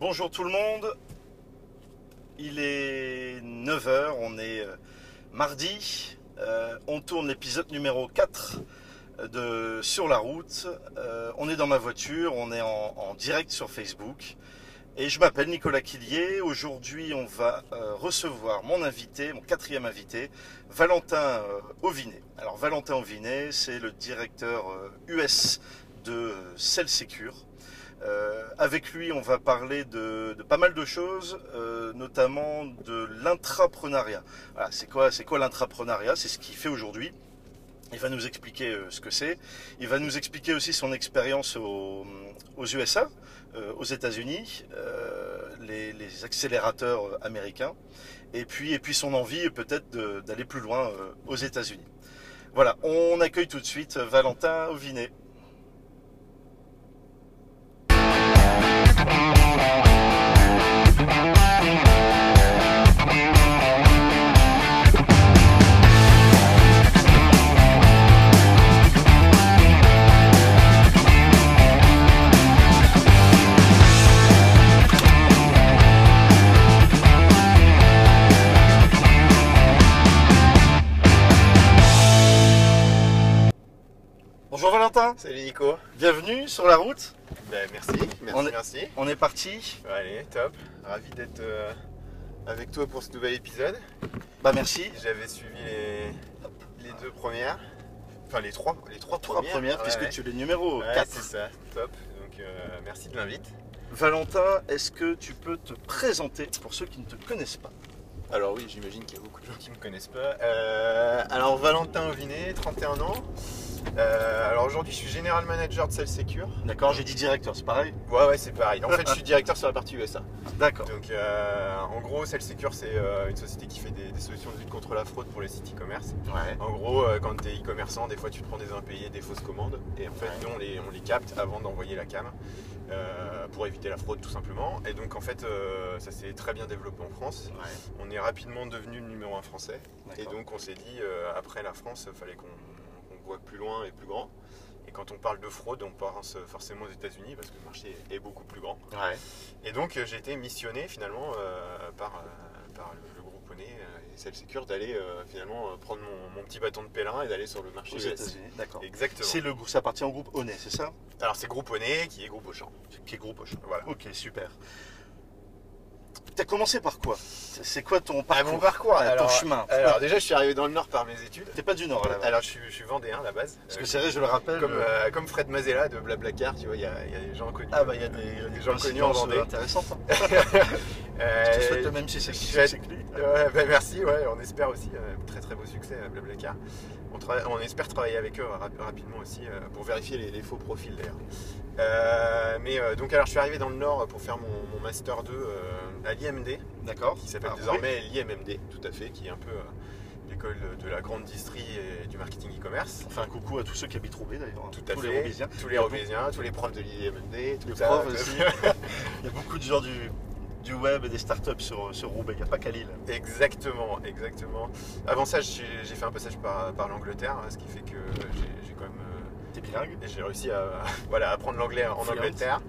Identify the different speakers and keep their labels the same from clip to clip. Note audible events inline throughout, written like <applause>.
Speaker 1: Bonjour tout le monde. Il est 9h, on est euh, mardi. Euh, on tourne l'épisode numéro 4 de Sur la route. Euh, on est dans ma voiture, on est en, en direct sur Facebook. Et je m'appelle Nicolas Quillier. Aujourd'hui, on va euh, recevoir mon invité, mon quatrième invité, Valentin euh, Auvinet. Alors, Valentin Auvinet, c'est le directeur euh, US de Cell Secure. Euh, avec lui, on va parler de, de pas mal de choses, euh, notamment de l'intrapreneuriat. Voilà, c'est quoi, c'est quoi l'intrapreneuriat C'est ce qu'il fait aujourd'hui. Il va nous expliquer euh, ce que c'est. Il va nous expliquer aussi son expérience au- aux USA, euh, aux États-Unis, euh, les, les accélérateurs euh, américains, et puis, et puis son envie euh, peut-être de- d'aller plus loin euh, aux États-Unis. Voilà, on accueille tout de suite euh, Valentin Auvinet. Bonjour Valentin,
Speaker 2: Salut Nico.
Speaker 1: bienvenue sur la route.
Speaker 2: Ben, merci, merci,
Speaker 1: On est-
Speaker 2: merci.
Speaker 1: On est parti.
Speaker 2: Ouais, Allez, top. Ravi d'être euh, avec toi pour ce nouvel épisode.
Speaker 1: Bah merci.
Speaker 2: J'avais suivi les, les deux premières. Enfin les trois, les trois
Speaker 1: Trois
Speaker 2: premières.
Speaker 1: premières,
Speaker 2: Ouais,
Speaker 1: puisque
Speaker 2: ouais.
Speaker 1: tu es le numéro
Speaker 2: Ouais,
Speaker 1: 4.
Speaker 2: c'est ça, top. Donc euh, merci de l'invite.
Speaker 1: Valentin, est-ce que tu peux te présenter pour ceux qui ne te connaissent pas
Speaker 2: Alors oui, j'imagine qu'il y a beaucoup de gens qui ne me connaissent pas. Euh, alors Valentin Auvinet, 31 ans. Euh, alors aujourd'hui je suis général manager de Cell Secure.
Speaker 1: D'accord, j'ai dit directeur, c'est pareil.
Speaker 2: Ouais ouais c'est pareil. En <laughs> fait je suis directeur sur la partie USA.
Speaker 1: D'accord.
Speaker 2: Donc euh, en gros, CellSecure, c'est euh, une société qui fait des, des solutions de lutte contre la fraude pour les sites e-commerce.
Speaker 1: Ouais.
Speaker 2: En gros, euh, quand tu es e-commerçant, des fois tu te prends des impayés, des fausses commandes. Et en fait,
Speaker 1: Ouais.
Speaker 2: nous, on les, on les capte avant d'envoyer la cam euh, pour éviter la fraude tout simplement. Et donc en fait, euh, ça s'est très bien développé en France.
Speaker 1: Ouais.
Speaker 2: On est rapidement devenu le numéro un français. Et
Speaker 1: d'accord.
Speaker 2: donc on s'est dit, euh, après la France, il fallait qu'on qu'on voit plus loin et plus grand. Et quand on parle de fraude, on pense forcément aux États-Unis parce que le marché est beaucoup plus grand.
Speaker 1: Ouais.
Speaker 2: Et donc euh, j'ai été missionné finalement euh, par, euh, par le, le groupe Oné et Cell Secure d'aller euh, finalement euh, prendre mon, mon petit bâton de pèlerin et d'aller sur le marché
Speaker 1: Aux
Speaker 2: US.
Speaker 1: États-Unis. D'accord.
Speaker 2: Exactement.
Speaker 1: C'est le groupe, ça appartient au groupe Onet, c'est ça
Speaker 2: Alors c'est groupe Oné qui est groupe Auchan.
Speaker 1: Qui est groupe Auchan.
Speaker 2: Voilà.
Speaker 1: Ok, super. T'as commencé par quoi C'est c'est quoi ton
Speaker 2: Ah,
Speaker 1: parcours
Speaker 2: mon parcours
Speaker 1: Ouais,
Speaker 2: alors,
Speaker 1: Ton
Speaker 2: euh,
Speaker 1: chemin
Speaker 2: alors, déjà je suis arrivé dans le Nord par mes études.
Speaker 1: T'es pas du Nord là.
Speaker 2: Alors je suis, je suis vendéen à la base.
Speaker 1: Parce
Speaker 2: Euh,
Speaker 1: que c'est vrai, je le rappelle.
Speaker 2: comme,
Speaker 1: euh,
Speaker 2: euh, comme Fred Mazella de Blablacar, tu vois, il y a, il y a des gens connus.
Speaker 1: Ah bah il y a
Speaker 2: euh,
Speaker 1: des,
Speaker 2: des gens connus en
Speaker 1: coïncidences,
Speaker 2: Vendée.
Speaker 1: euh, intéressantes. hein.
Speaker 2: Euh,
Speaker 1: Je te souhaite le même si c'est
Speaker 2: je
Speaker 1: si
Speaker 2: vais-
Speaker 1: c'est que lui.
Speaker 2: Ouais, bah merci, ouais, on espère aussi euh, très très beau succès à Blablacar. On, trava- on espère travailler avec eux rap- rapidement aussi euh, pour vérifier les, les faux profils d'ailleurs. Euh, mais euh, donc alors je suis arrivé dans le Nord pour faire mon, mon master 2 euh, à l'IMD
Speaker 1: D'accord.
Speaker 2: qui s'appelle
Speaker 1: Ah,
Speaker 2: désormais l'IMMD tout à fait qui est un peu euh, l'école de la grande distrie et du marketing e-commerce.
Speaker 1: On fait un coucou à tous ceux qui habitent Roubaix d'ailleurs. hein.
Speaker 2: Tout à
Speaker 1: tous
Speaker 2: fait.
Speaker 1: les Roubaisiens.
Speaker 2: Tous les Robésiens, tous les profs de l'IMMD, tout
Speaker 1: Les
Speaker 2: ça.
Speaker 1: profs
Speaker 2: tout-
Speaker 1: aussi. Il y a beaucoup de gens du, du web et des startups sur, sur Roubaix. Il n'y a pas qu'à Lille.
Speaker 2: <laughs> Exactement, exactement. Avant ça, j'ai j'ai fait un passage par, par l'Angleterre, hein, ce qui fait que j'ai- j'ai quand même euh,
Speaker 1: T'es bilingue.
Speaker 2: Et J'ai réussi à <laughs> voilà, à apprendre l'anglais en
Speaker 1: Fluent.
Speaker 2: Angleterre.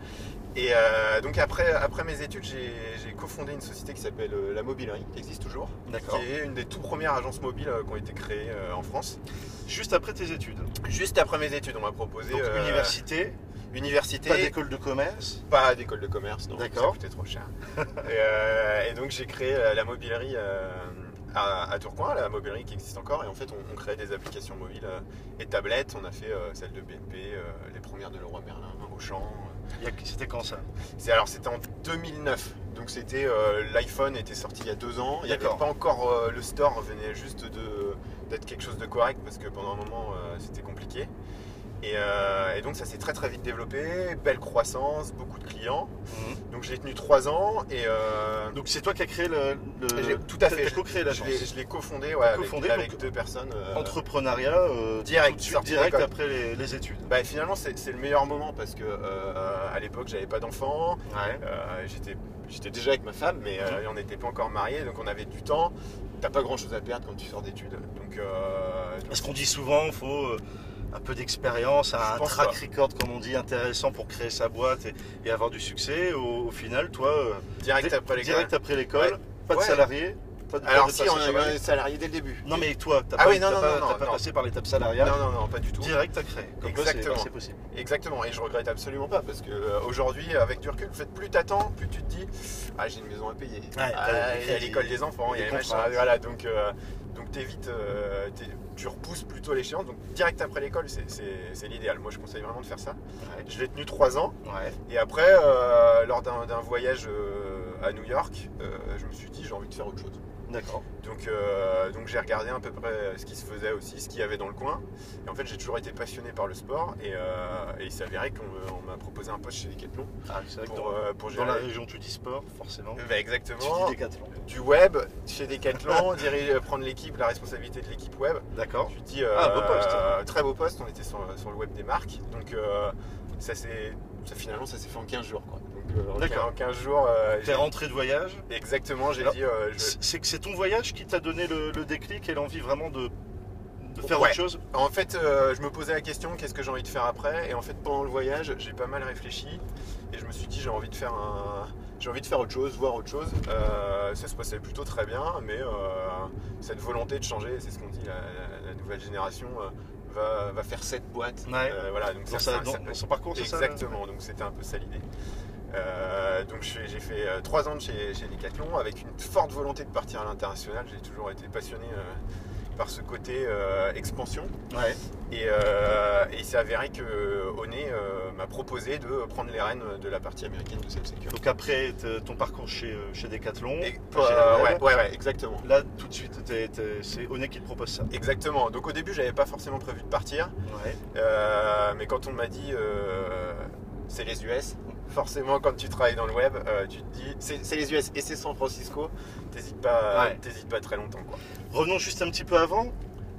Speaker 2: Et euh, donc après, après mes études, j'ai j'ai cofondé une société qui s'appelle euh, La Mobilerie, qui existe toujours,
Speaker 1: D'accord.
Speaker 2: qui est une des tout premières agences mobiles euh, qui ont été créées euh, en France.
Speaker 1: Juste après tes études.
Speaker 2: Juste après mes études, on m'a proposé
Speaker 1: Donc
Speaker 2: euh,
Speaker 1: université,
Speaker 2: université,
Speaker 1: pas d'école de commerce.
Speaker 2: pas d'école de commerce, non,
Speaker 1: D'accord.
Speaker 2: ça coûtait trop cher. <laughs> et, euh, et donc j'ai créé euh, La Mobilerie euh, à, à Tourcoing, La Mobilerie qui existe encore, et en fait on, on créait des applications mobiles euh, et tablettes. On a fait euh, celle de BNP, euh, les premières de Leroy Merlin, Auchan. euh,
Speaker 1: Il y a- C'était quand ça
Speaker 2: C'est alors c'était en 2009. Donc c'était euh, l'iPhone était sorti il y a deux ans. Il n'y avait
Speaker 1: D'accord.
Speaker 2: pas encore euh, le store venait juste de d'être quelque chose de correct parce que pendant un moment euh, c'était compliqué. Et, euh, et donc ça s'est très très vite développé, belle croissance, beaucoup de clients. Donc j'ai tenu trois ans et euh,
Speaker 1: Donc c'est toi qui as créé le. le-
Speaker 2: j'ai- tout à fait.
Speaker 1: T'as co-créé
Speaker 2: Je
Speaker 1: l'agence.
Speaker 2: l'ai- je l'ai cofondé, ouais, avec,
Speaker 1: cofondé,
Speaker 2: avec
Speaker 1: donc,
Speaker 2: deux personnes. euh,
Speaker 1: Entrepreneuriat euh,
Speaker 2: direct,
Speaker 1: tout de suite,
Speaker 2: sorti
Speaker 1: direct
Speaker 2: d'école.
Speaker 1: après les, les études.
Speaker 2: bah, finalement c'est c'est le meilleur moment parce que euh, à l'époque j'avais pas d'enfant,
Speaker 1: Ouais.
Speaker 2: Euh, j'étais, j'étais déjà avec ma femme, mais euh, on n'était pas encore mariés, donc on avait du temps. T'as pas grand chose à perdre quand tu sors d'études. Donc, euh, donc-
Speaker 1: Parce qu'on dit souvent, faut euh, un peu d'expérience, un
Speaker 2: Je pense
Speaker 1: track
Speaker 2: pas.
Speaker 1: record, comme on dit, intéressant pour créer sa boîte et, et avoir du succès, au, au final, toi, euh,
Speaker 2: Direct
Speaker 1: dé-
Speaker 2: après les
Speaker 1: direct après l'école, pas de
Speaker 2: Ouais.
Speaker 1: salarié, pas de pas
Speaker 2: Alors
Speaker 1: de
Speaker 2: si,
Speaker 1: passage
Speaker 2: on a eu
Speaker 1: salarié.
Speaker 2: un salarié dès le début.
Speaker 1: Non mais toi, t'as
Speaker 2: Ah
Speaker 1: pas,
Speaker 2: oui, non,
Speaker 1: t'as
Speaker 2: non,
Speaker 1: pas-
Speaker 2: non,
Speaker 1: t'as pas
Speaker 2: non.
Speaker 1: passé par l'étape
Speaker 2: Non,
Speaker 1: salariale,
Speaker 2: non, non, pas du tout.
Speaker 1: direct à créer. Comme quoi, c'est-
Speaker 2: Exactement.
Speaker 1: c'est possible.
Speaker 2: Exactement, et je regrette absolument pas parce que euh, aujourd'hui, avec du recul, en fait, plus t'attends, plus tu te dis Ah, j'ai une maison à payer.
Speaker 1: t'as
Speaker 2: Ah,
Speaker 1: des
Speaker 2: il y a
Speaker 1: crédits,
Speaker 2: l'école des enfants, il y a
Speaker 1: des
Speaker 2: les machins.
Speaker 1: contrats.
Speaker 2: Voilà, donc, euh, donc t'évites, euh, t'es- tu repousses plutôt l'échéance. Donc, direct après l'école, c'est- c'est c'est l'idéal. Moi, je conseille vraiment de faire ça.
Speaker 1: Ouais.
Speaker 2: Je l'ai tenu trois ans.
Speaker 1: Ouais.
Speaker 2: Et après, euh, lors d'un d'un voyage euh, à New York, euh, je me suis dit, j'ai envie de faire autre chose.
Speaker 1: D'accord.
Speaker 2: Donc, euh, donc j'ai regardé à peu près ce qui se faisait aussi, ce qu'il y avait dans le coin. Et en fait, j'ai toujours été passionné par le sport. Et, euh, et il s'avérait qu'on me- on m'a proposé un poste chez Decathlon
Speaker 1: Ah, c'est vrai que
Speaker 2: pour,
Speaker 1: dans,
Speaker 2: euh, pour
Speaker 1: dans
Speaker 2: gérer.
Speaker 1: la région, tu dis sport, forcément.
Speaker 2: Bah,
Speaker 1: Tu
Speaker 2: exactement.
Speaker 1: dis décathlon.
Speaker 2: Du web chez Decathlon, <laughs> diriger, prendre l'équipe, la responsabilité de l'équipe web.
Speaker 1: D'accord.
Speaker 2: Tu te dis, euh,
Speaker 1: Ah, beau poste.
Speaker 2: euh, très beau poste, on était sur, sur le web des marques. Donc euh, ça s'est ça, finalement ça s'est fait en 15 jours quoi. Donc euh, en
Speaker 1: D'accord.
Speaker 2: 15 en 15 jours euh,
Speaker 1: T'es rentré de voyage.
Speaker 2: j'ai- exactement j'ai
Speaker 1: Alors,
Speaker 2: dit euh, je-
Speaker 1: C'est c'est que c'est ton voyage qui t'a donné le, le déclic et l'envie vraiment de, de faire
Speaker 2: Ouais.
Speaker 1: autre chose.
Speaker 2: en fait euh, je me posais la question qu'est-ce que j'ai envie de faire après et en fait pendant le voyage j'ai pas mal réfléchi et je me suis dit j'ai envie de faire un j'ai envie de faire autre chose, voir autre chose. Euh, ça se passait plutôt très bien, mais euh, cette volonté de changer, c'est ce qu'on dit, la, la- la nouvelle génération euh, va, va faire cette boîte.
Speaker 1: Ouais.
Speaker 2: Euh, voilà, donc
Speaker 1: Dans,
Speaker 2: ça-
Speaker 1: sa-
Speaker 2: ça-
Speaker 1: dans-
Speaker 2: ça-
Speaker 1: dans son parcours, c'est ça
Speaker 2: Exactement, donc c'était un peu ça l'idée. Euh, donc je fais- j'ai fait euh, trois ans de chez, chez Decathlon avec une forte volonté de partir à l'international. J'ai toujours été passionné euh, par ce côté euh, expansion.
Speaker 1: Ouais.
Speaker 2: Et, euh, et il s'est avéré que Oné euh, m'a proposé de prendre les rênes de la partie américaine de cette sécurité.
Speaker 1: Donc après t- ton parcours chez, euh, chez Decathlon,
Speaker 2: Et-
Speaker 1: chez
Speaker 2: euh,
Speaker 1: L'Oréal,
Speaker 2: ouais, ouais, ouais, exactement.
Speaker 1: là tout de suite, t'es- t'es- c'est Oné qui te propose ça.
Speaker 2: Exactement. Donc au début, j'avais pas forcément prévu de partir.
Speaker 1: Ouais.
Speaker 2: Euh, mais quand on m'a dit euh, c'est les US, forcément quand tu travailles dans le web, euh, tu te dis c'est c'est les US et c'est San Francisco, t'hésites pas,
Speaker 1: Ouais.
Speaker 2: t'hésites pas très longtemps quoi.
Speaker 1: Revenons juste un petit peu avant.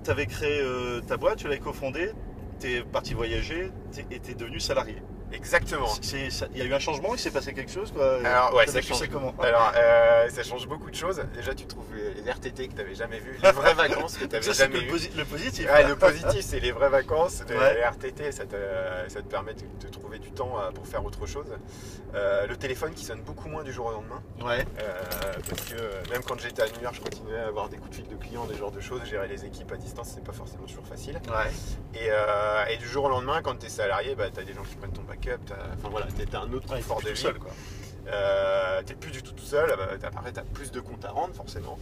Speaker 1: Tu avais créé euh, ta boîte, tu l'avais cofondée, tu es parti voyager t'es- et tu es devenu salarié.
Speaker 2: Exactement.
Speaker 1: C'est- ça- Il y a eu un changement, il s'est passé quelque chose quoi.
Speaker 2: Alors ouais,
Speaker 1: T'as
Speaker 2: ça
Speaker 1: vécu
Speaker 2: change.
Speaker 1: comment
Speaker 2: Alors euh, ça change beaucoup de choses. Déjà tu trouves les les RTT que t'avais jamais vu, les vraies vacances que t'avais
Speaker 1: <laughs> Ça, c'est que
Speaker 2: jamais
Speaker 1: le,
Speaker 2: vues.
Speaker 1: posi- le positif.
Speaker 2: Ouais, le positif, c'est les vraies vacances. Les-
Speaker 1: Ouais.
Speaker 2: Les RTT, ça te, ça te permet de, de trouver du temps euh, pour faire autre chose. Euh, le téléphone qui sonne beaucoup moins du jour au lendemain.
Speaker 1: Ouais.
Speaker 2: Euh, parce que euh, même quand j'étais à New York, je continuais à avoir des coups de fil de clients, des genres de choses. Gérer les équipes à distance, c'est pas forcément toujours facile.
Speaker 1: Ouais.
Speaker 2: Et, euh, et du jour au lendemain, quand t'es salarié, bah, t'as des gens qui prennent ton backup. t'as- Enfin voilà, t'es t'as un autre
Speaker 1: Ouais,
Speaker 2: confort
Speaker 1: t'es
Speaker 2: de
Speaker 1: tout
Speaker 2: vie.
Speaker 1: seul, quoi.
Speaker 2: Euh, t'es plus du tout tout seul. Bah, t'as- après, t'as plus de comptes à rendre forcément.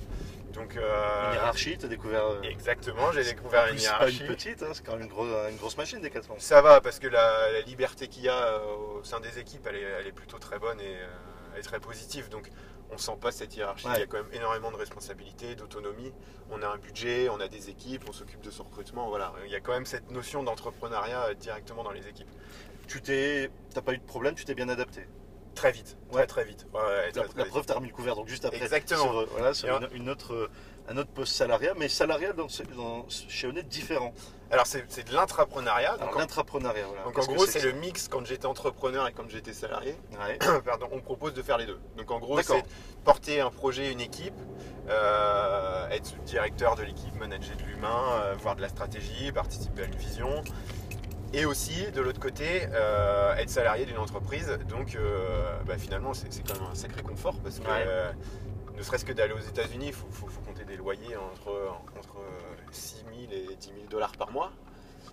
Speaker 2: Donc euh,
Speaker 1: Une hiérarchie, t'as découvert. euh,
Speaker 2: exactement, j'ai découvert
Speaker 1: en
Speaker 2: une
Speaker 1: plus,
Speaker 2: hiérarchie.
Speaker 1: C'est pas une petite, hein, c'est quand même une, grosse- une grosse machine des 4 ans.
Speaker 2: Ça va parce que la, la liberté qu'il y a euh, au sein des équipes, elle est, elle est plutôt très bonne et, euh, et très positive. Donc on sent pas cette hiérarchie.
Speaker 1: Ouais.
Speaker 2: Il y a quand même énormément de responsabilités, d'autonomie. On a un budget, on a des équipes, on s'occupe de son recrutement. Voilà, il y a quand même cette notion d'entrepreneuriat euh, directement dans les équipes.
Speaker 1: Tu t'es, t'as pas eu de problème, tu t'es bien adapté.
Speaker 2: Très vite,
Speaker 1: Ouais.
Speaker 2: très très vite. Ouais, ouais,
Speaker 1: La,
Speaker 2: très, très
Speaker 1: la
Speaker 2: vite.
Speaker 1: preuve, t'as remis le couvert donc juste après.
Speaker 2: Exactement.
Speaker 1: Sur, euh, voilà, sur
Speaker 2: Et
Speaker 1: une, une autre, euh, un autre poste salarial, mais salarial dans, ce- dans- chez Honnête différent.
Speaker 2: Alors c'est c'est de l'intrapreneuriat. Donc,
Speaker 1: Alors,
Speaker 2: en-
Speaker 1: L'entrepreneuriat, voilà.
Speaker 2: donc en
Speaker 1: Qu'est-ce que
Speaker 2: gros,
Speaker 1: que
Speaker 2: c'est
Speaker 1: ça
Speaker 2: le mix quand j'étais entrepreneur et quand j'étais salarié.
Speaker 1: Ouais.
Speaker 2: pardon, on propose de faire les deux. Donc en gros,
Speaker 1: D'accord.
Speaker 2: c'est porter un projet, une équipe, euh, être directeur de l'équipe, manager de l'humain, euh, voir de la stratégie, participer à une vision. Et aussi, de l'autre côté, euh, être salarié d'une entreprise. Donc euh, bah, finalement, c'est c'est quand même un sacré confort parce que
Speaker 1: Ouais.
Speaker 2: euh, ne serait-ce que d'aller aux États-Unis, il faut, faut- faut compter des loyers entre, entre 6 000 et 10 000 dollars par mois.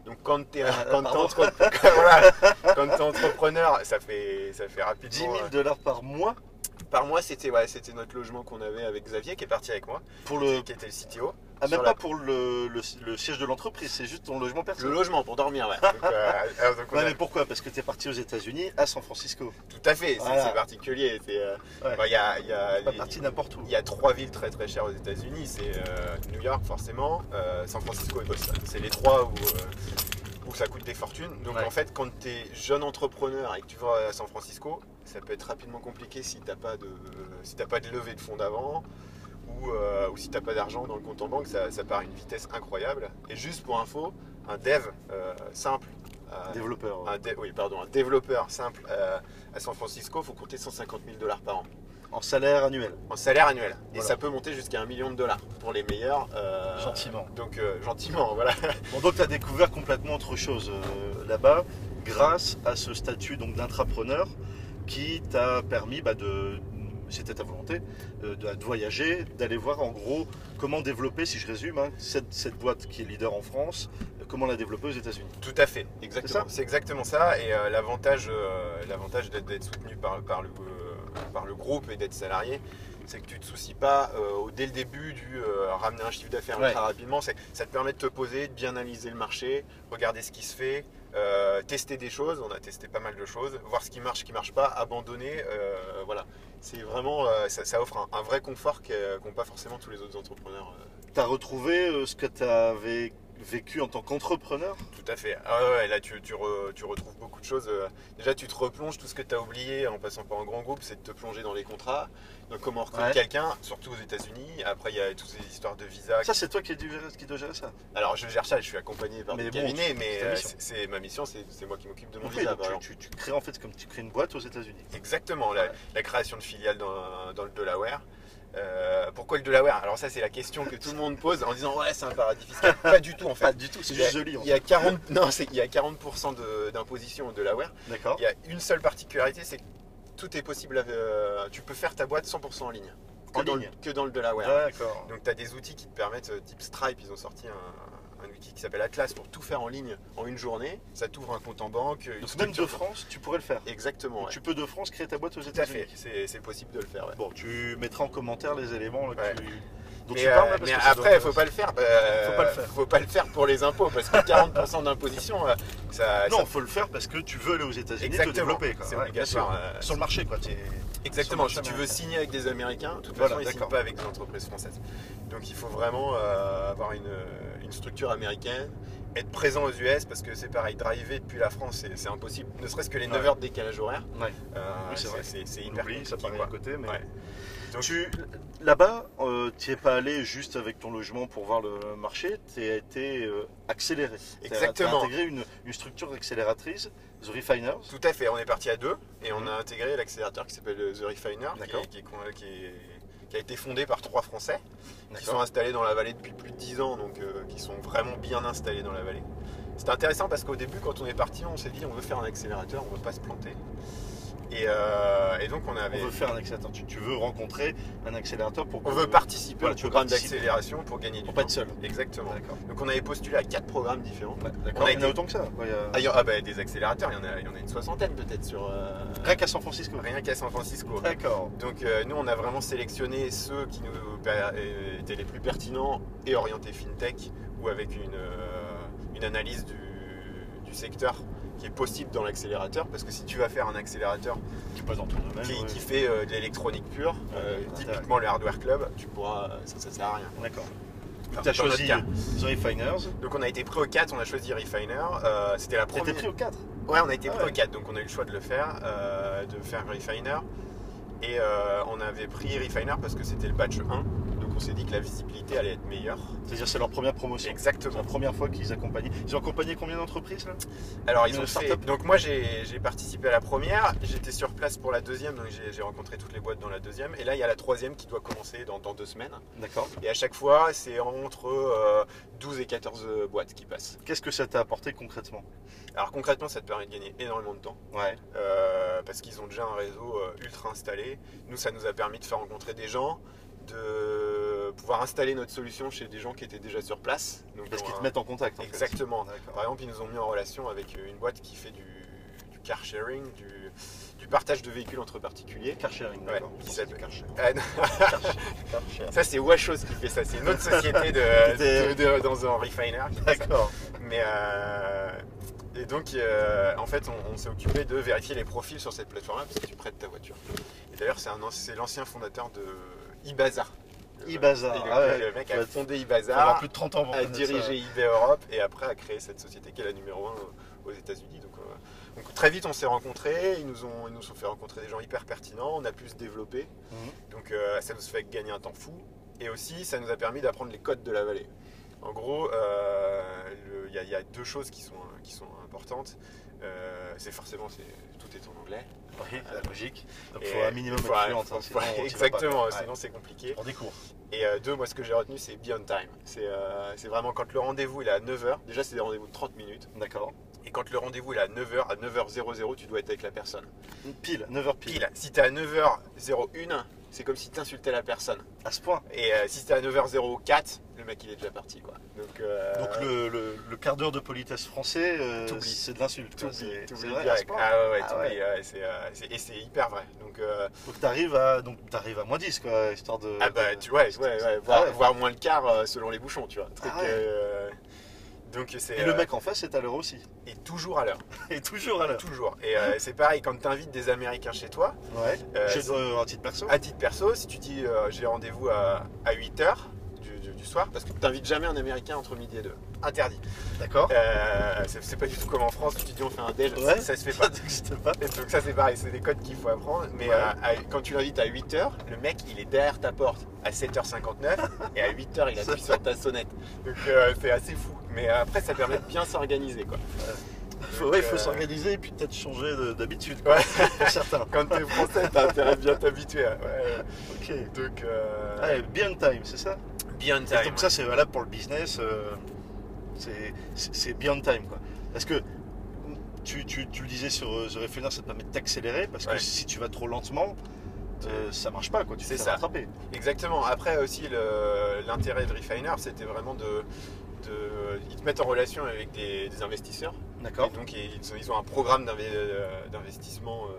Speaker 2: Donc quand
Speaker 1: <laughs>
Speaker 2: t'es un- quand t'es
Speaker 1: Pardon.
Speaker 2: entrep- <laughs> voilà, quand t'es entrepreneur, ça fait, ça fait
Speaker 1: 10
Speaker 2: rapidement.
Speaker 1: 000
Speaker 2: euh,
Speaker 1: dollars par mois
Speaker 2: par mois, c'était ouais, c'était notre logement qu'on avait avec Xavier qui est parti avec moi,
Speaker 1: pour le.
Speaker 2: qui était le CTO.
Speaker 1: Ah, même
Speaker 2: sur
Speaker 1: pas
Speaker 2: la-
Speaker 1: pour le, le- le siège de l'entreprise, c'est juste ton logement
Speaker 2: Le
Speaker 1: personnel.
Speaker 2: logement pour dormir, ouais. Donc, euh, <laughs> alors, donc, on
Speaker 1: Ouais,
Speaker 2: a-
Speaker 1: mais pourquoi Parce que t'es parti aux États-unis à San Francisco.
Speaker 2: Tout à fait, c'est
Speaker 1: Voilà.
Speaker 2: c'est particulier. c'est, euh,
Speaker 1: Ouais.
Speaker 2: bah, Il y a, il y a-
Speaker 1: T'es pas parti n'importe où.
Speaker 2: il y a trois villes très très chères aux États-Unis. C'est euh, New York forcément, euh, San Francisco et Boston. C'est les trois où, euh, où ça coûte des fortunes. Donc
Speaker 1: Ouais.
Speaker 2: en fait, quand tu es jeune entrepreneur et que tu vas à San Francisco, ça peut être rapidement compliqué si t'as pas de si t'as pas de levée de fonds d'avant ou, euh, ou si t'as pas d'argent dans le compte en banque, ça, ça part à une vitesse incroyable. Et juste pour info, un dev euh, simple. euh,
Speaker 1: Développeur.
Speaker 2: un dé- oui, pardon, un développeur simple euh, à San Francisco, faut compter 150 000 dollars par an.
Speaker 1: en salaire annuel.
Speaker 2: en salaire annuel. Et
Speaker 1: Voilà.
Speaker 2: ça peut monter jusqu'à un million de dollars pour les meilleurs. euh,
Speaker 1: Gentiment.
Speaker 2: Donc euh, gentiment, voilà.
Speaker 1: Bon, donc tu as découvert complètement autre chose euh, là-bas grâce à ce statut donc d'intrapreneur qui t'a permis bah, de c'était ta volonté euh, de, de voyager, d'aller voir en gros comment développer, si je résume, hein, cette, cette boîte qui est leader en France, euh, comment la développer aux États-Unis.
Speaker 2: Tout à fait, exactement. C'est exactement ça. Et euh, l'avantage, euh, l'avantage d'être, d'être soutenu par, par, le, euh, par le groupe et d'être salarié, c'est que tu te soucies pas euh, au- dès le début du euh, ramener un chiffre d'affaires
Speaker 1: Ouais.
Speaker 2: ultra rapidement. C'est- ça te permet de te poser, de bien analyser le marché, regarder ce qui se fait, euh, tester des choses. On a testé pas mal de choses, voir ce qui marche, ce qui marche pas, abandonner. euh, voilà. C'est vraiment, euh, ça, ça offre un, un vrai confort que- qu'ont pas forcément tous les autres entrepreneurs. euh,
Speaker 1: Tu as retrouvé euh, ce que tu avais vécu en tant qu'entrepreneur
Speaker 2: Tout à fait. Ah ouais, ouais, là tu, tu re- tu retrouves beaucoup de choses. Euh, Déjà tu te replonges tout ce que tu as oublié en passant par un grand groupe, c'est de te plonger dans les contrats. Donc comment on recrute
Speaker 1: Ouais.
Speaker 2: quelqu'un, surtout aux États-Unis. Après il y a toutes ces histoires de visa.
Speaker 1: Ça, c'est toi qui as dû gérer- qui dois gérer ça.
Speaker 2: Alors je gère ça, je suis accompagné par
Speaker 1: Mais
Speaker 2: des
Speaker 1: bon,
Speaker 2: cabinets,
Speaker 1: c'est
Speaker 2: mais
Speaker 1: ta
Speaker 2: euh,
Speaker 1: mission.
Speaker 2: c'est c'est ma mission, c'est c'est moi qui m'occupe de mon
Speaker 1: Oui,
Speaker 2: visa.
Speaker 1: donc
Speaker 2: par exemple.
Speaker 1: tu, tu- tu crées en fait comme tu crées une boîte aux États-Unis.
Speaker 2: Exactement, la, la création de filiales dans, dans le Delaware. Euh, pourquoi le Delaware Alors ça c'est la question que tout le monde pose en disant ouais c'est un paradis fiscal. Pas du tout en fait.
Speaker 1: du tout, c'est
Speaker 2: Il y a-
Speaker 1: juste joli. en
Speaker 2: Il y a 40, non, c'est- il y a 40% de- d'imposition au Delaware.
Speaker 1: fait. D'accord.
Speaker 2: Il y a une seule particularité, c'est que tout est possible. avec- euh, tu peux faire ta boîte 100% en ligne.
Speaker 1: En
Speaker 2: Que dans,
Speaker 1: ligne.
Speaker 2: le- que dans le Delaware.
Speaker 1: D'accord.
Speaker 2: Donc tu as des outils qui te permettent, euh, type Stripe, ils ont sorti un, un outil qui s'appelle Atlas pour tout faire en ligne en une journée. Ça t'ouvre un compte en banque. Une
Speaker 1: Donc même
Speaker 2: structure-
Speaker 1: de France, tu pourrais le faire.
Speaker 2: Exactement.
Speaker 1: Donc,
Speaker 2: ouais.
Speaker 1: Tu peux de France créer ta boîte aux
Speaker 2: Tout à fait.
Speaker 1: États-Unis.
Speaker 2: C'est c'est possible de le faire. ouais.
Speaker 1: Bon, tu mettras en commentaire les éléments là, que
Speaker 2: Ouais.
Speaker 1: tu... dont
Speaker 2: mais
Speaker 1: tu parles.
Speaker 2: euh,
Speaker 1: là, parce
Speaker 2: mais
Speaker 1: que ça
Speaker 2: après, il
Speaker 1: doit-
Speaker 2: faut pas le faire. Euh,
Speaker 1: Faut pas le faire.
Speaker 2: Faut pas le faire pour les impôts parce que 40% d'imposition, euh, ça.
Speaker 1: Non,
Speaker 2: ça-
Speaker 1: faut le faire parce que tu veux aller aux États-Unis, te
Speaker 2: Exactement.
Speaker 1: développer. quoi.
Speaker 2: C'est
Speaker 1: Ouais, bien sûr.
Speaker 2: obligatoire. euh,
Speaker 1: Sur le marché, quoi. t'es-
Speaker 2: Exactement,
Speaker 1: Sur
Speaker 2: si
Speaker 1: le
Speaker 2: tu
Speaker 1: marché
Speaker 2: veux
Speaker 1: américain.
Speaker 2: signer avec des Américains, de toute
Speaker 1: Voilà,
Speaker 2: façon, ils ne signent
Speaker 1: d'accord.
Speaker 2: pas avec des entreprises françaises. Donc il faut vraiment euh, avoir une, euh, une structure américaine, être présent aux US, parce que c'est pareil, driver depuis la France, c'est- c'est impossible, ne serait-ce que les
Speaker 1: Ouais.
Speaker 2: 9 heures de décalage horaire.
Speaker 1: Ouais.
Speaker 2: Euh,
Speaker 1: Oui, c'est vrai.
Speaker 2: c'est- c'est c'est
Speaker 1: On
Speaker 2: hyper
Speaker 1: oublie, ça paraît
Speaker 2: compliqué, quoi.
Speaker 1: à côté, mais...
Speaker 2: Ouais. Donc-
Speaker 1: Tu- Là-bas, euh, tu es pas allé juste avec ton logement pour voir le marché, tu as été euh, accéléré. T'as- T'as
Speaker 2: Exactement,
Speaker 1: intégré une, une structure accélératrice, The Refiners.
Speaker 2: tout à fait, on est parti à deux, et on
Speaker 1: Mhm.
Speaker 2: a intégré l'accélérateur qui s'appelle euh, The Refiner, qui,
Speaker 1: D'accord.
Speaker 2: est- qui est con- qui est- qui a été fondé par trois Français. qui sont
Speaker 1: D'accord.
Speaker 2: installés dans la vallée depuis plus de 10 ans, donc euh, qui sont vraiment bien installés dans la vallée. C'était intéressant parce qu'au début, quand on est parti, on s'est dit on veut faire un accélérateur, on veut pas se planter. Et, euh, et donc on
Speaker 1: On
Speaker 2: avait.
Speaker 1: veut faire un accélérateur. Tu, tu veux rencontrer un accélérateur pour. que-
Speaker 2: On veut participer
Speaker 1: Voilà,
Speaker 2: au
Speaker 1: tu veux
Speaker 2: programme
Speaker 1: participer.
Speaker 2: d'accélération pour gagner du
Speaker 1: Pour pas
Speaker 2: temps.
Speaker 1: être seul.
Speaker 2: Exactement.
Speaker 1: D'accord.
Speaker 2: Donc on avait postulé à quatre programmes différents.
Speaker 1: D'accord.
Speaker 2: On a
Speaker 1: Il y en a
Speaker 2: été-
Speaker 1: autant que ça. euh, quoi, il y a-
Speaker 2: Ah, il y a- ah bah, des accélérateurs, il y, en a, il y en a une soixantaine peut-être sur. euh,
Speaker 1: Rien qu'à San Francisco.
Speaker 2: rien qu'à San
Speaker 1: <laughs>
Speaker 2: Francisco.
Speaker 1: D'accord.
Speaker 2: Donc euh, nous, on a vraiment sélectionné ceux qui nous per- euh, étaient les plus pertinents et orientés fintech ou avec une, euh, une analyse du, du secteur qui est possible dans l'accélérateur parce que si tu vas faire un accélérateur
Speaker 1: Tu passes dans ton domaine.
Speaker 2: qui,
Speaker 1: ouais.
Speaker 2: qui fait euh, de l'électronique pure, euh,
Speaker 1: Ouais,
Speaker 2: typiquement le hardware club, tu pourras, ça, ça sert à rien.
Speaker 1: D'accord.
Speaker 2: Enfin,
Speaker 1: Tu as
Speaker 2: dans notre
Speaker 1: choisi
Speaker 2: cas.
Speaker 1: The Refiners.
Speaker 2: Donc on a été pris au 4, on a choisi Refiner. euh, C'était la
Speaker 1: T'étais
Speaker 2: première.
Speaker 1: pris au 4.
Speaker 2: Ouais, on a été
Speaker 1: Ah
Speaker 2: pris
Speaker 1: ouais.
Speaker 2: au 4, donc on a eu le choix de le faire, euh, de faire Refiner. Et euh, on avait pris Refiner parce que c'était le batch 1, donc on s'est dit que la visibilité allait être meilleure.
Speaker 1: C'est-à-dire c'est leur première promotion. C'est la
Speaker 2: Exactement.
Speaker 1: première fois qu'ils accompagnent. Ils ont accompagné combien d'entreprises là
Speaker 2: Alors ils
Speaker 1: Une
Speaker 2: ont fait...
Speaker 1: start-up.
Speaker 2: Donc moi j'ai j'ai participé à la première, j'étais sur place pour la deuxième, donc j'ai- j'ai rencontré toutes les boîtes dans la deuxième. Et là il y a la troisième qui doit commencer dans, dans deux semaines.
Speaker 1: D'accord.
Speaker 2: Et à chaque fois c'est entre euh, 12 et 14 boîtes qui passent.
Speaker 1: Qu'est-ce que ça t'a apporté concrètement
Speaker 2: Alors concrètement ça te permet de gagner énormément de temps.
Speaker 1: Ouais.
Speaker 2: Euh, parce qu'ils ont déjà un réseau euh, ultra installé. Nous, ça nous a permis de faire rencontrer des gens, de pouvoir installer notre solution chez des gens qui étaient déjà sur place. Donc,
Speaker 1: Parce
Speaker 2: on
Speaker 1: qu'ils
Speaker 2: a-
Speaker 1: te mettent en contact. en fait.
Speaker 2: Exactement. Par
Speaker 1: D'accord.
Speaker 2: exemple, ils nous ont mis en relation avec une boîte qui fait du, du car sharing, du, du partage de véhicules entre particuliers.
Speaker 1: Car sharing.
Speaker 2: Ouais.
Speaker 1: D'accord.
Speaker 2: Qui
Speaker 1: Pensez
Speaker 2: s'appelle-
Speaker 1: car sharing.
Speaker 2: Ah, non,
Speaker 1: Car sharing, car sharing.
Speaker 2: <laughs> ça, c'est Wachos qui fait ça. C'est une autre société de,
Speaker 1: <laughs> C'était-
Speaker 2: de- de- dans un refiner qui fait ça.
Speaker 1: D'accord.
Speaker 2: Mais euh, et donc, euh, en fait, on, on s'est occupé de vérifier les profils sur cette plateforme-là parce que tu prêtes ta voiture. Et d'ailleurs, c'est un an- c'est l'ancien fondateur de Ibaza. Le-
Speaker 1: Ibaza,
Speaker 2: Le,
Speaker 1: ah ouais.
Speaker 2: le mec
Speaker 1: Tu
Speaker 2: a
Speaker 1: vas-
Speaker 2: fondé
Speaker 1: Ça va avoir
Speaker 2: Ibaza,
Speaker 1: plus de 30 ans pour
Speaker 2: a
Speaker 1: connaître ça.
Speaker 2: dirigé eBay Europe et après a créé cette société qui est la numéro 1 aux États-Unis. Donc, euh, donc très vite, on s'est rencontrés. Ils nous, ont, ils nous ont fait rencontrer des gens hyper pertinents. On a pu se développer.
Speaker 1: Mhm.
Speaker 2: Donc, euh, ça nous fait gagner un temps fou. Et aussi, ça nous a permis d'apprendre les codes de la vallée. En gros, euh, le- il y, a- il y a deux choses qui sont, qui sont importantes. Euh, c'est forcément, c'est- tout tout est en anglais.
Speaker 1: Oui, c'est la logique. Donc,
Speaker 2: Et-
Speaker 1: il faut un minimum
Speaker 2: faut
Speaker 1: être
Speaker 2: un-
Speaker 1: fluent. hein, sinon,
Speaker 2: faut-
Speaker 1: on s'y va
Speaker 2: exactement,
Speaker 1: pas, quoi.
Speaker 2: sinon
Speaker 1: Ouais.
Speaker 2: c'est compliqué.
Speaker 1: On découvre.
Speaker 2: Et euh, deux, moi ce que j'ai retenu c'est Beyond Time. C'est euh, c'est vraiment quand le rendez-vous il est à 9h, déjà c'est des rendez-vous de 30 minutes,
Speaker 1: D'accord.
Speaker 2: et quand le rendez-vous il est à 9h, à 9h00 tu dois être avec la personne.
Speaker 1: Pile, 9h pile.
Speaker 2: Pile, si t'es à 9h01, c'est comme si t'insultais la personne.
Speaker 1: À ce point.
Speaker 2: Et euh, si t'es à 9h04, le mec il est déjà parti quoi. Donc, euh,
Speaker 1: Donc le, le- le quart d'heure de politesse français, euh,
Speaker 2: T'oublies.
Speaker 1: c'est de l'insulte. quoi.
Speaker 2: T'oublies,
Speaker 1: C'est- c'est
Speaker 2: t'oublies
Speaker 1: vrai, à ce
Speaker 2: direct.
Speaker 1: point.
Speaker 2: Ah ouais, ouais,
Speaker 1: Ah
Speaker 2: t'oublies,
Speaker 1: ouais.
Speaker 2: ouais, c'est, euh, c'est- et c'est hyper vrai. Donc, euh,
Speaker 1: Faut que t'arrives à, donc t'arrives à moins 10, quoi, histoire de.
Speaker 2: ah bah,
Speaker 1: de-
Speaker 2: tu ouais, ouais, ouais, voire,
Speaker 1: Ah ouais.
Speaker 2: voire moins le quart euh, selon les bouchons, tu vois. Truc,
Speaker 1: Ah ouais.
Speaker 2: euh, donc c'est
Speaker 1: Et le
Speaker 2: euh,
Speaker 1: mec en face est à l'heure
Speaker 2: <laughs>
Speaker 1: aussi.
Speaker 2: est toujours à l'heure,
Speaker 1: Et toujours à l'heure.
Speaker 2: toujours. Et euh, c'est pareil quand t'invites des Américains chez toi,
Speaker 1: Ouais.
Speaker 2: Euh,
Speaker 1: J'ai
Speaker 2: c'est- Ah.
Speaker 1: euh, un titre perso.
Speaker 2: à titre perso, si tu dis euh, j'ai rendez-vous à, 8h du, du- du soir, parce que t'invites jamais un Américain entre midi et 2. Interdit. <laughs>
Speaker 1: D'accord.
Speaker 2: Euh, c'est c'est pas du tout comme en France où tu dis on fait un déj,
Speaker 1: Ouais.
Speaker 2: ça, ça se fait pas.
Speaker 1: Ça n'existe pas.
Speaker 2: Et donc ça c'est pareil, c'est des codes qu'il faut apprendre. Mais
Speaker 1: Ouais.
Speaker 2: euh, à- quand tu l'invites à 8h, le mec il est derrière ta porte
Speaker 1: <laughs>
Speaker 2: à 7h59 et à 8h il appuie sur ta sonnette. Donc euh, c'est assez fou. Mais euh, après ça permet de bien s'organiser quoi.
Speaker 1: Faut- ouais, il faut
Speaker 2: euh,
Speaker 1: s'organiser et puis peut-être changer de- d'habitude. quoi,
Speaker 2: Ouais. <laughs>
Speaker 1: Pour certains.
Speaker 2: Quand t'es français t'as intérêt à bien t'habituer. hein. Ouais.
Speaker 1: Ok.
Speaker 2: Donc euh,
Speaker 1: Ouais, bien time, c'est ça.
Speaker 2: bien
Speaker 1: Et
Speaker 2: time.
Speaker 1: donc ça, c'est valable pour le business. euh, c'est- c'est c'est beyond time, quoi. Parce que tu, tu- tu le disais sur euh, The Refiner, ça te permet de t'accélérer parce que
Speaker 2: Ouais.
Speaker 1: si tu vas trop lentement, euh, ça marche pas, quoi. Tu te
Speaker 2: C'est
Speaker 1: fais
Speaker 2: ça.
Speaker 1: rattraper.
Speaker 2: Exactement. Après aussi le- l'intérêt de Refiner c'était vraiment de, de... Ils te mettent en relation avec des- des investisseurs. Et
Speaker 1: D'accord.
Speaker 2: donc ils ils ont, ils ont un programme d'inve- euh, d'investissement euh,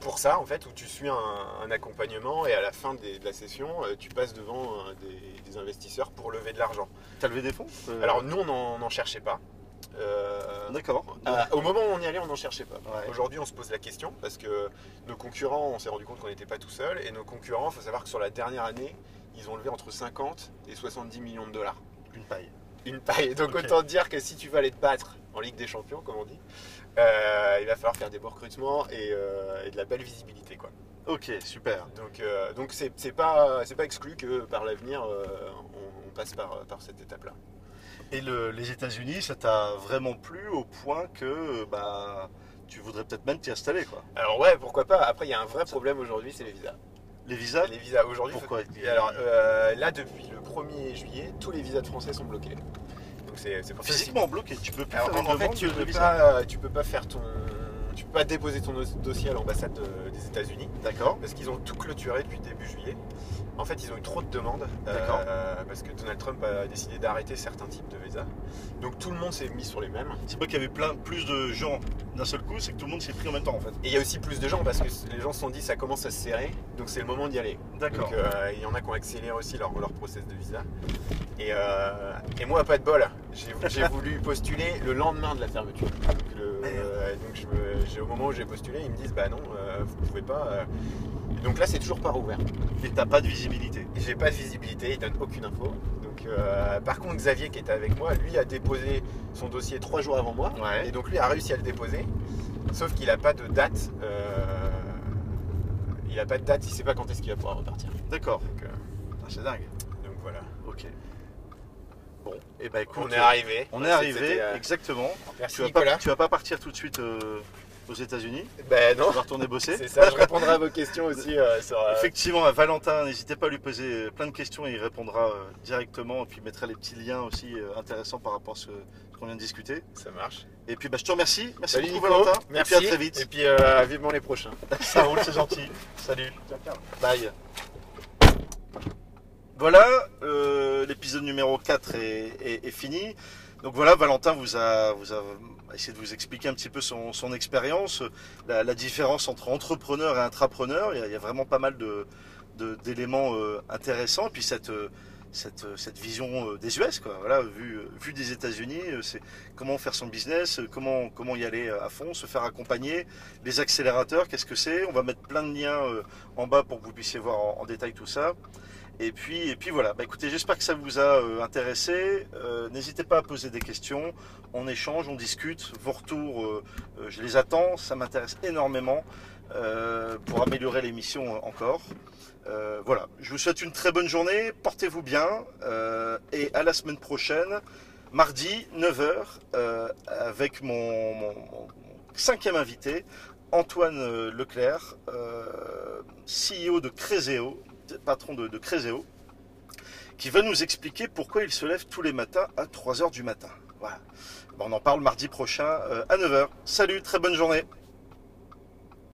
Speaker 2: pour ça en fait, où tu suis un, un accompagnement et à la fin des- de la session, euh, tu passes devant euh, des, des investisseurs pour lever de l'argent.
Speaker 1: T'as levé des fonds euh,
Speaker 2: Alors nous, on n'en n'en cherchait pas. Euh,
Speaker 1: d'accord.
Speaker 2: euh, au moment où on y allait, on n'en cherchait pas.
Speaker 1: Ouais.
Speaker 2: Aujourd'hui, on se pose la question parce que nos concurrents, on s'est rendu compte qu'on n'était pas tout seul. Et nos concurrents, il faut savoir que sur la dernière année, ils ont levé entre 50 et 70 millions de dollars.
Speaker 1: Une paille.
Speaker 2: Une paille. Donc
Speaker 1: Ok.
Speaker 2: autant dire que si tu veux aller te battre en Ligue des Champions, comme on dit, euh, il va falloir faire des beaux recrutements et, euh, et de la belle visibilité. Quoi.
Speaker 1: Ok, super.
Speaker 2: Donc euh, donc c'est c'est pas, c'est pas exclu que par l'avenir, euh, on, on passe par, par cette étape-là.
Speaker 1: Et le- les États-Unis, ça t'a vraiment plu au point que euh, bah tu voudrais peut-être même t'y installer, quoi.
Speaker 2: Alors ouais, pourquoi pas. Après, il y a un vrai problème aujourd'hui, c'est les visas.
Speaker 1: Les visas.
Speaker 2: Les visas aujourd'hui... faut-
Speaker 1: Pourquoi
Speaker 2: Et Alors euh, là, depuis le 1er juillet, tous les visas de Français sont bloqués. Donc c'est c'est pour ça que c'est-
Speaker 1: Physiquement bloqué, tu peux plus
Speaker 2: Alors,
Speaker 1: faire une
Speaker 2: en, en fait,
Speaker 1: demande
Speaker 2: tu
Speaker 1: de
Speaker 2: peux
Speaker 1: visa.
Speaker 2: pas, euh, tu peux pas faire ton, tu peux pas déposer ton os- dossier à l'ambassade de- des États-Unis
Speaker 1: D'accord.
Speaker 2: parce qu'ils ont tout clôturé depuis début juillet. En fait, ils ont eu trop de demandes euh,
Speaker 1: D'accord.
Speaker 2: parce que Donald Trump a décidé d'arrêter certains types de visas. Donc tout le monde s'est mis sur les mêmes.
Speaker 1: C'est pas qu'il y avait plein plus de gens d'un seul coup, c'est que tout le monde s'est pris en même temps en fait.
Speaker 2: Et il y a aussi plus de gens parce que les gens se sont dit ça commence à se serrer, donc c'est le moment d'y aller. Donc euh, il y en a qui ont accéléré aussi leur, leur process de visa. Et, euh, et moi, pas de bol, j'ai j'ai voulu postuler le lendemain de la fermeture. Donc, le-
Speaker 1: Merde.
Speaker 2: euh, donc, je me- j'ai- au moment où j'ai postulé, ils me disent bah non, euh, vous pouvez pas. euh. Et donc là, c'est toujours pas rouvert.
Speaker 1: euh, Et t'as pas de visibilité.
Speaker 2: Et J'ai pas de visibilité, ils donnent aucune info. Donc, euh, par contre, Xavier qui était avec moi, lui a déposé son dossier trois jours avant moi.
Speaker 1: Ouais.
Speaker 2: Et donc lui a réussi à le déposer, sauf qu'il n'a pas de date. euh, il n'a pas de date, il sait pas quand est-ce qu'il va pouvoir repartir.
Speaker 1: D'accord.
Speaker 2: Donc, euh,
Speaker 1: Ah, c'est dingue.
Speaker 2: donc voilà.
Speaker 1: Ok. Bon, et ben écoute,
Speaker 2: eh On est arrivé.
Speaker 1: on est
Speaker 2: C'était,
Speaker 1: arrivé,
Speaker 2: euh,
Speaker 1: exactement.
Speaker 2: Merci
Speaker 1: Tu vas,
Speaker 2: Nicolas.
Speaker 1: pas, tu vas pas partir tout de suite euh, aux États-Unis.
Speaker 2: Ben
Speaker 1: Tu
Speaker 2: non.
Speaker 1: vas retourner bosser.
Speaker 2: C'est ça. Je répondrai à vos questions aussi euh, sur. euh,
Speaker 1: Effectivement, à Valentin, n'hésitez pas à lui poser euh, plein de questions, il répondra euh, directement et puis il mettra les petits liens aussi euh, intéressants par rapport à ce, ce qu'on vient de discuter.
Speaker 2: ça marche.
Speaker 1: Et puis bah, je te remercie, merci
Speaker 2: Salut
Speaker 1: beaucoup
Speaker 2: Nico.
Speaker 1: Valentin,
Speaker 2: Merci.
Speaker 1: et puis à très vite.
Speaker 2: Et puis euh, vivement les prochains.
Speaker 1: <laughs> Ça roule, c'est gentil. Salut. Bye. Voilà, euh, l'épisode numéro 4 est, est- est fini. Donc voilà, Valentin vous a, vous a essayé de vous expliquer un petit peu son, son expérience, la, la différence entre entrepreneur et intrapreneur. Il y a, il y a vraiment pas mal de- de- d'éléments euh, intéressants. Et puis cette, euh, cette, euh, cette vision euh, des US, quoi. Voilà, vu, vu des États-Unis, euh, c'est comment faire son business, euh, comment, comment y aller à fond, se faire accompagner, les accélérateurs, qu'est-ce que c'est. On va mettre plein de liens euh, en bas pour que vous puissiez voir en, en détail tout ça. Et puis, et puis voilà. Bah, écoutez, j'espère que ça vous a euh, intéressé. Euh, N'hésitez pas à poser des questions. On échange, on discute. Vos retours, euh, euh, je les attends. Ça m'intéresse énormément euh, pour améliorer l'émission euh, encore. Euh, voilà. Je vous souhaite une très bonne journée. Portez-vous bien euh, et à la semaine prochaine, mardi 9h, avec euh, mon- mon- mon cinquième invité, Antoine Leclerc, euh, CEO de Crézéo, patron de, de Crézéo, qui va nous expliquer pourquoi il se lève tous les matins à 3h du matin. Voilà. Bon, on en parle mardi prochain euh, à 9h. Salut, très bonne journée.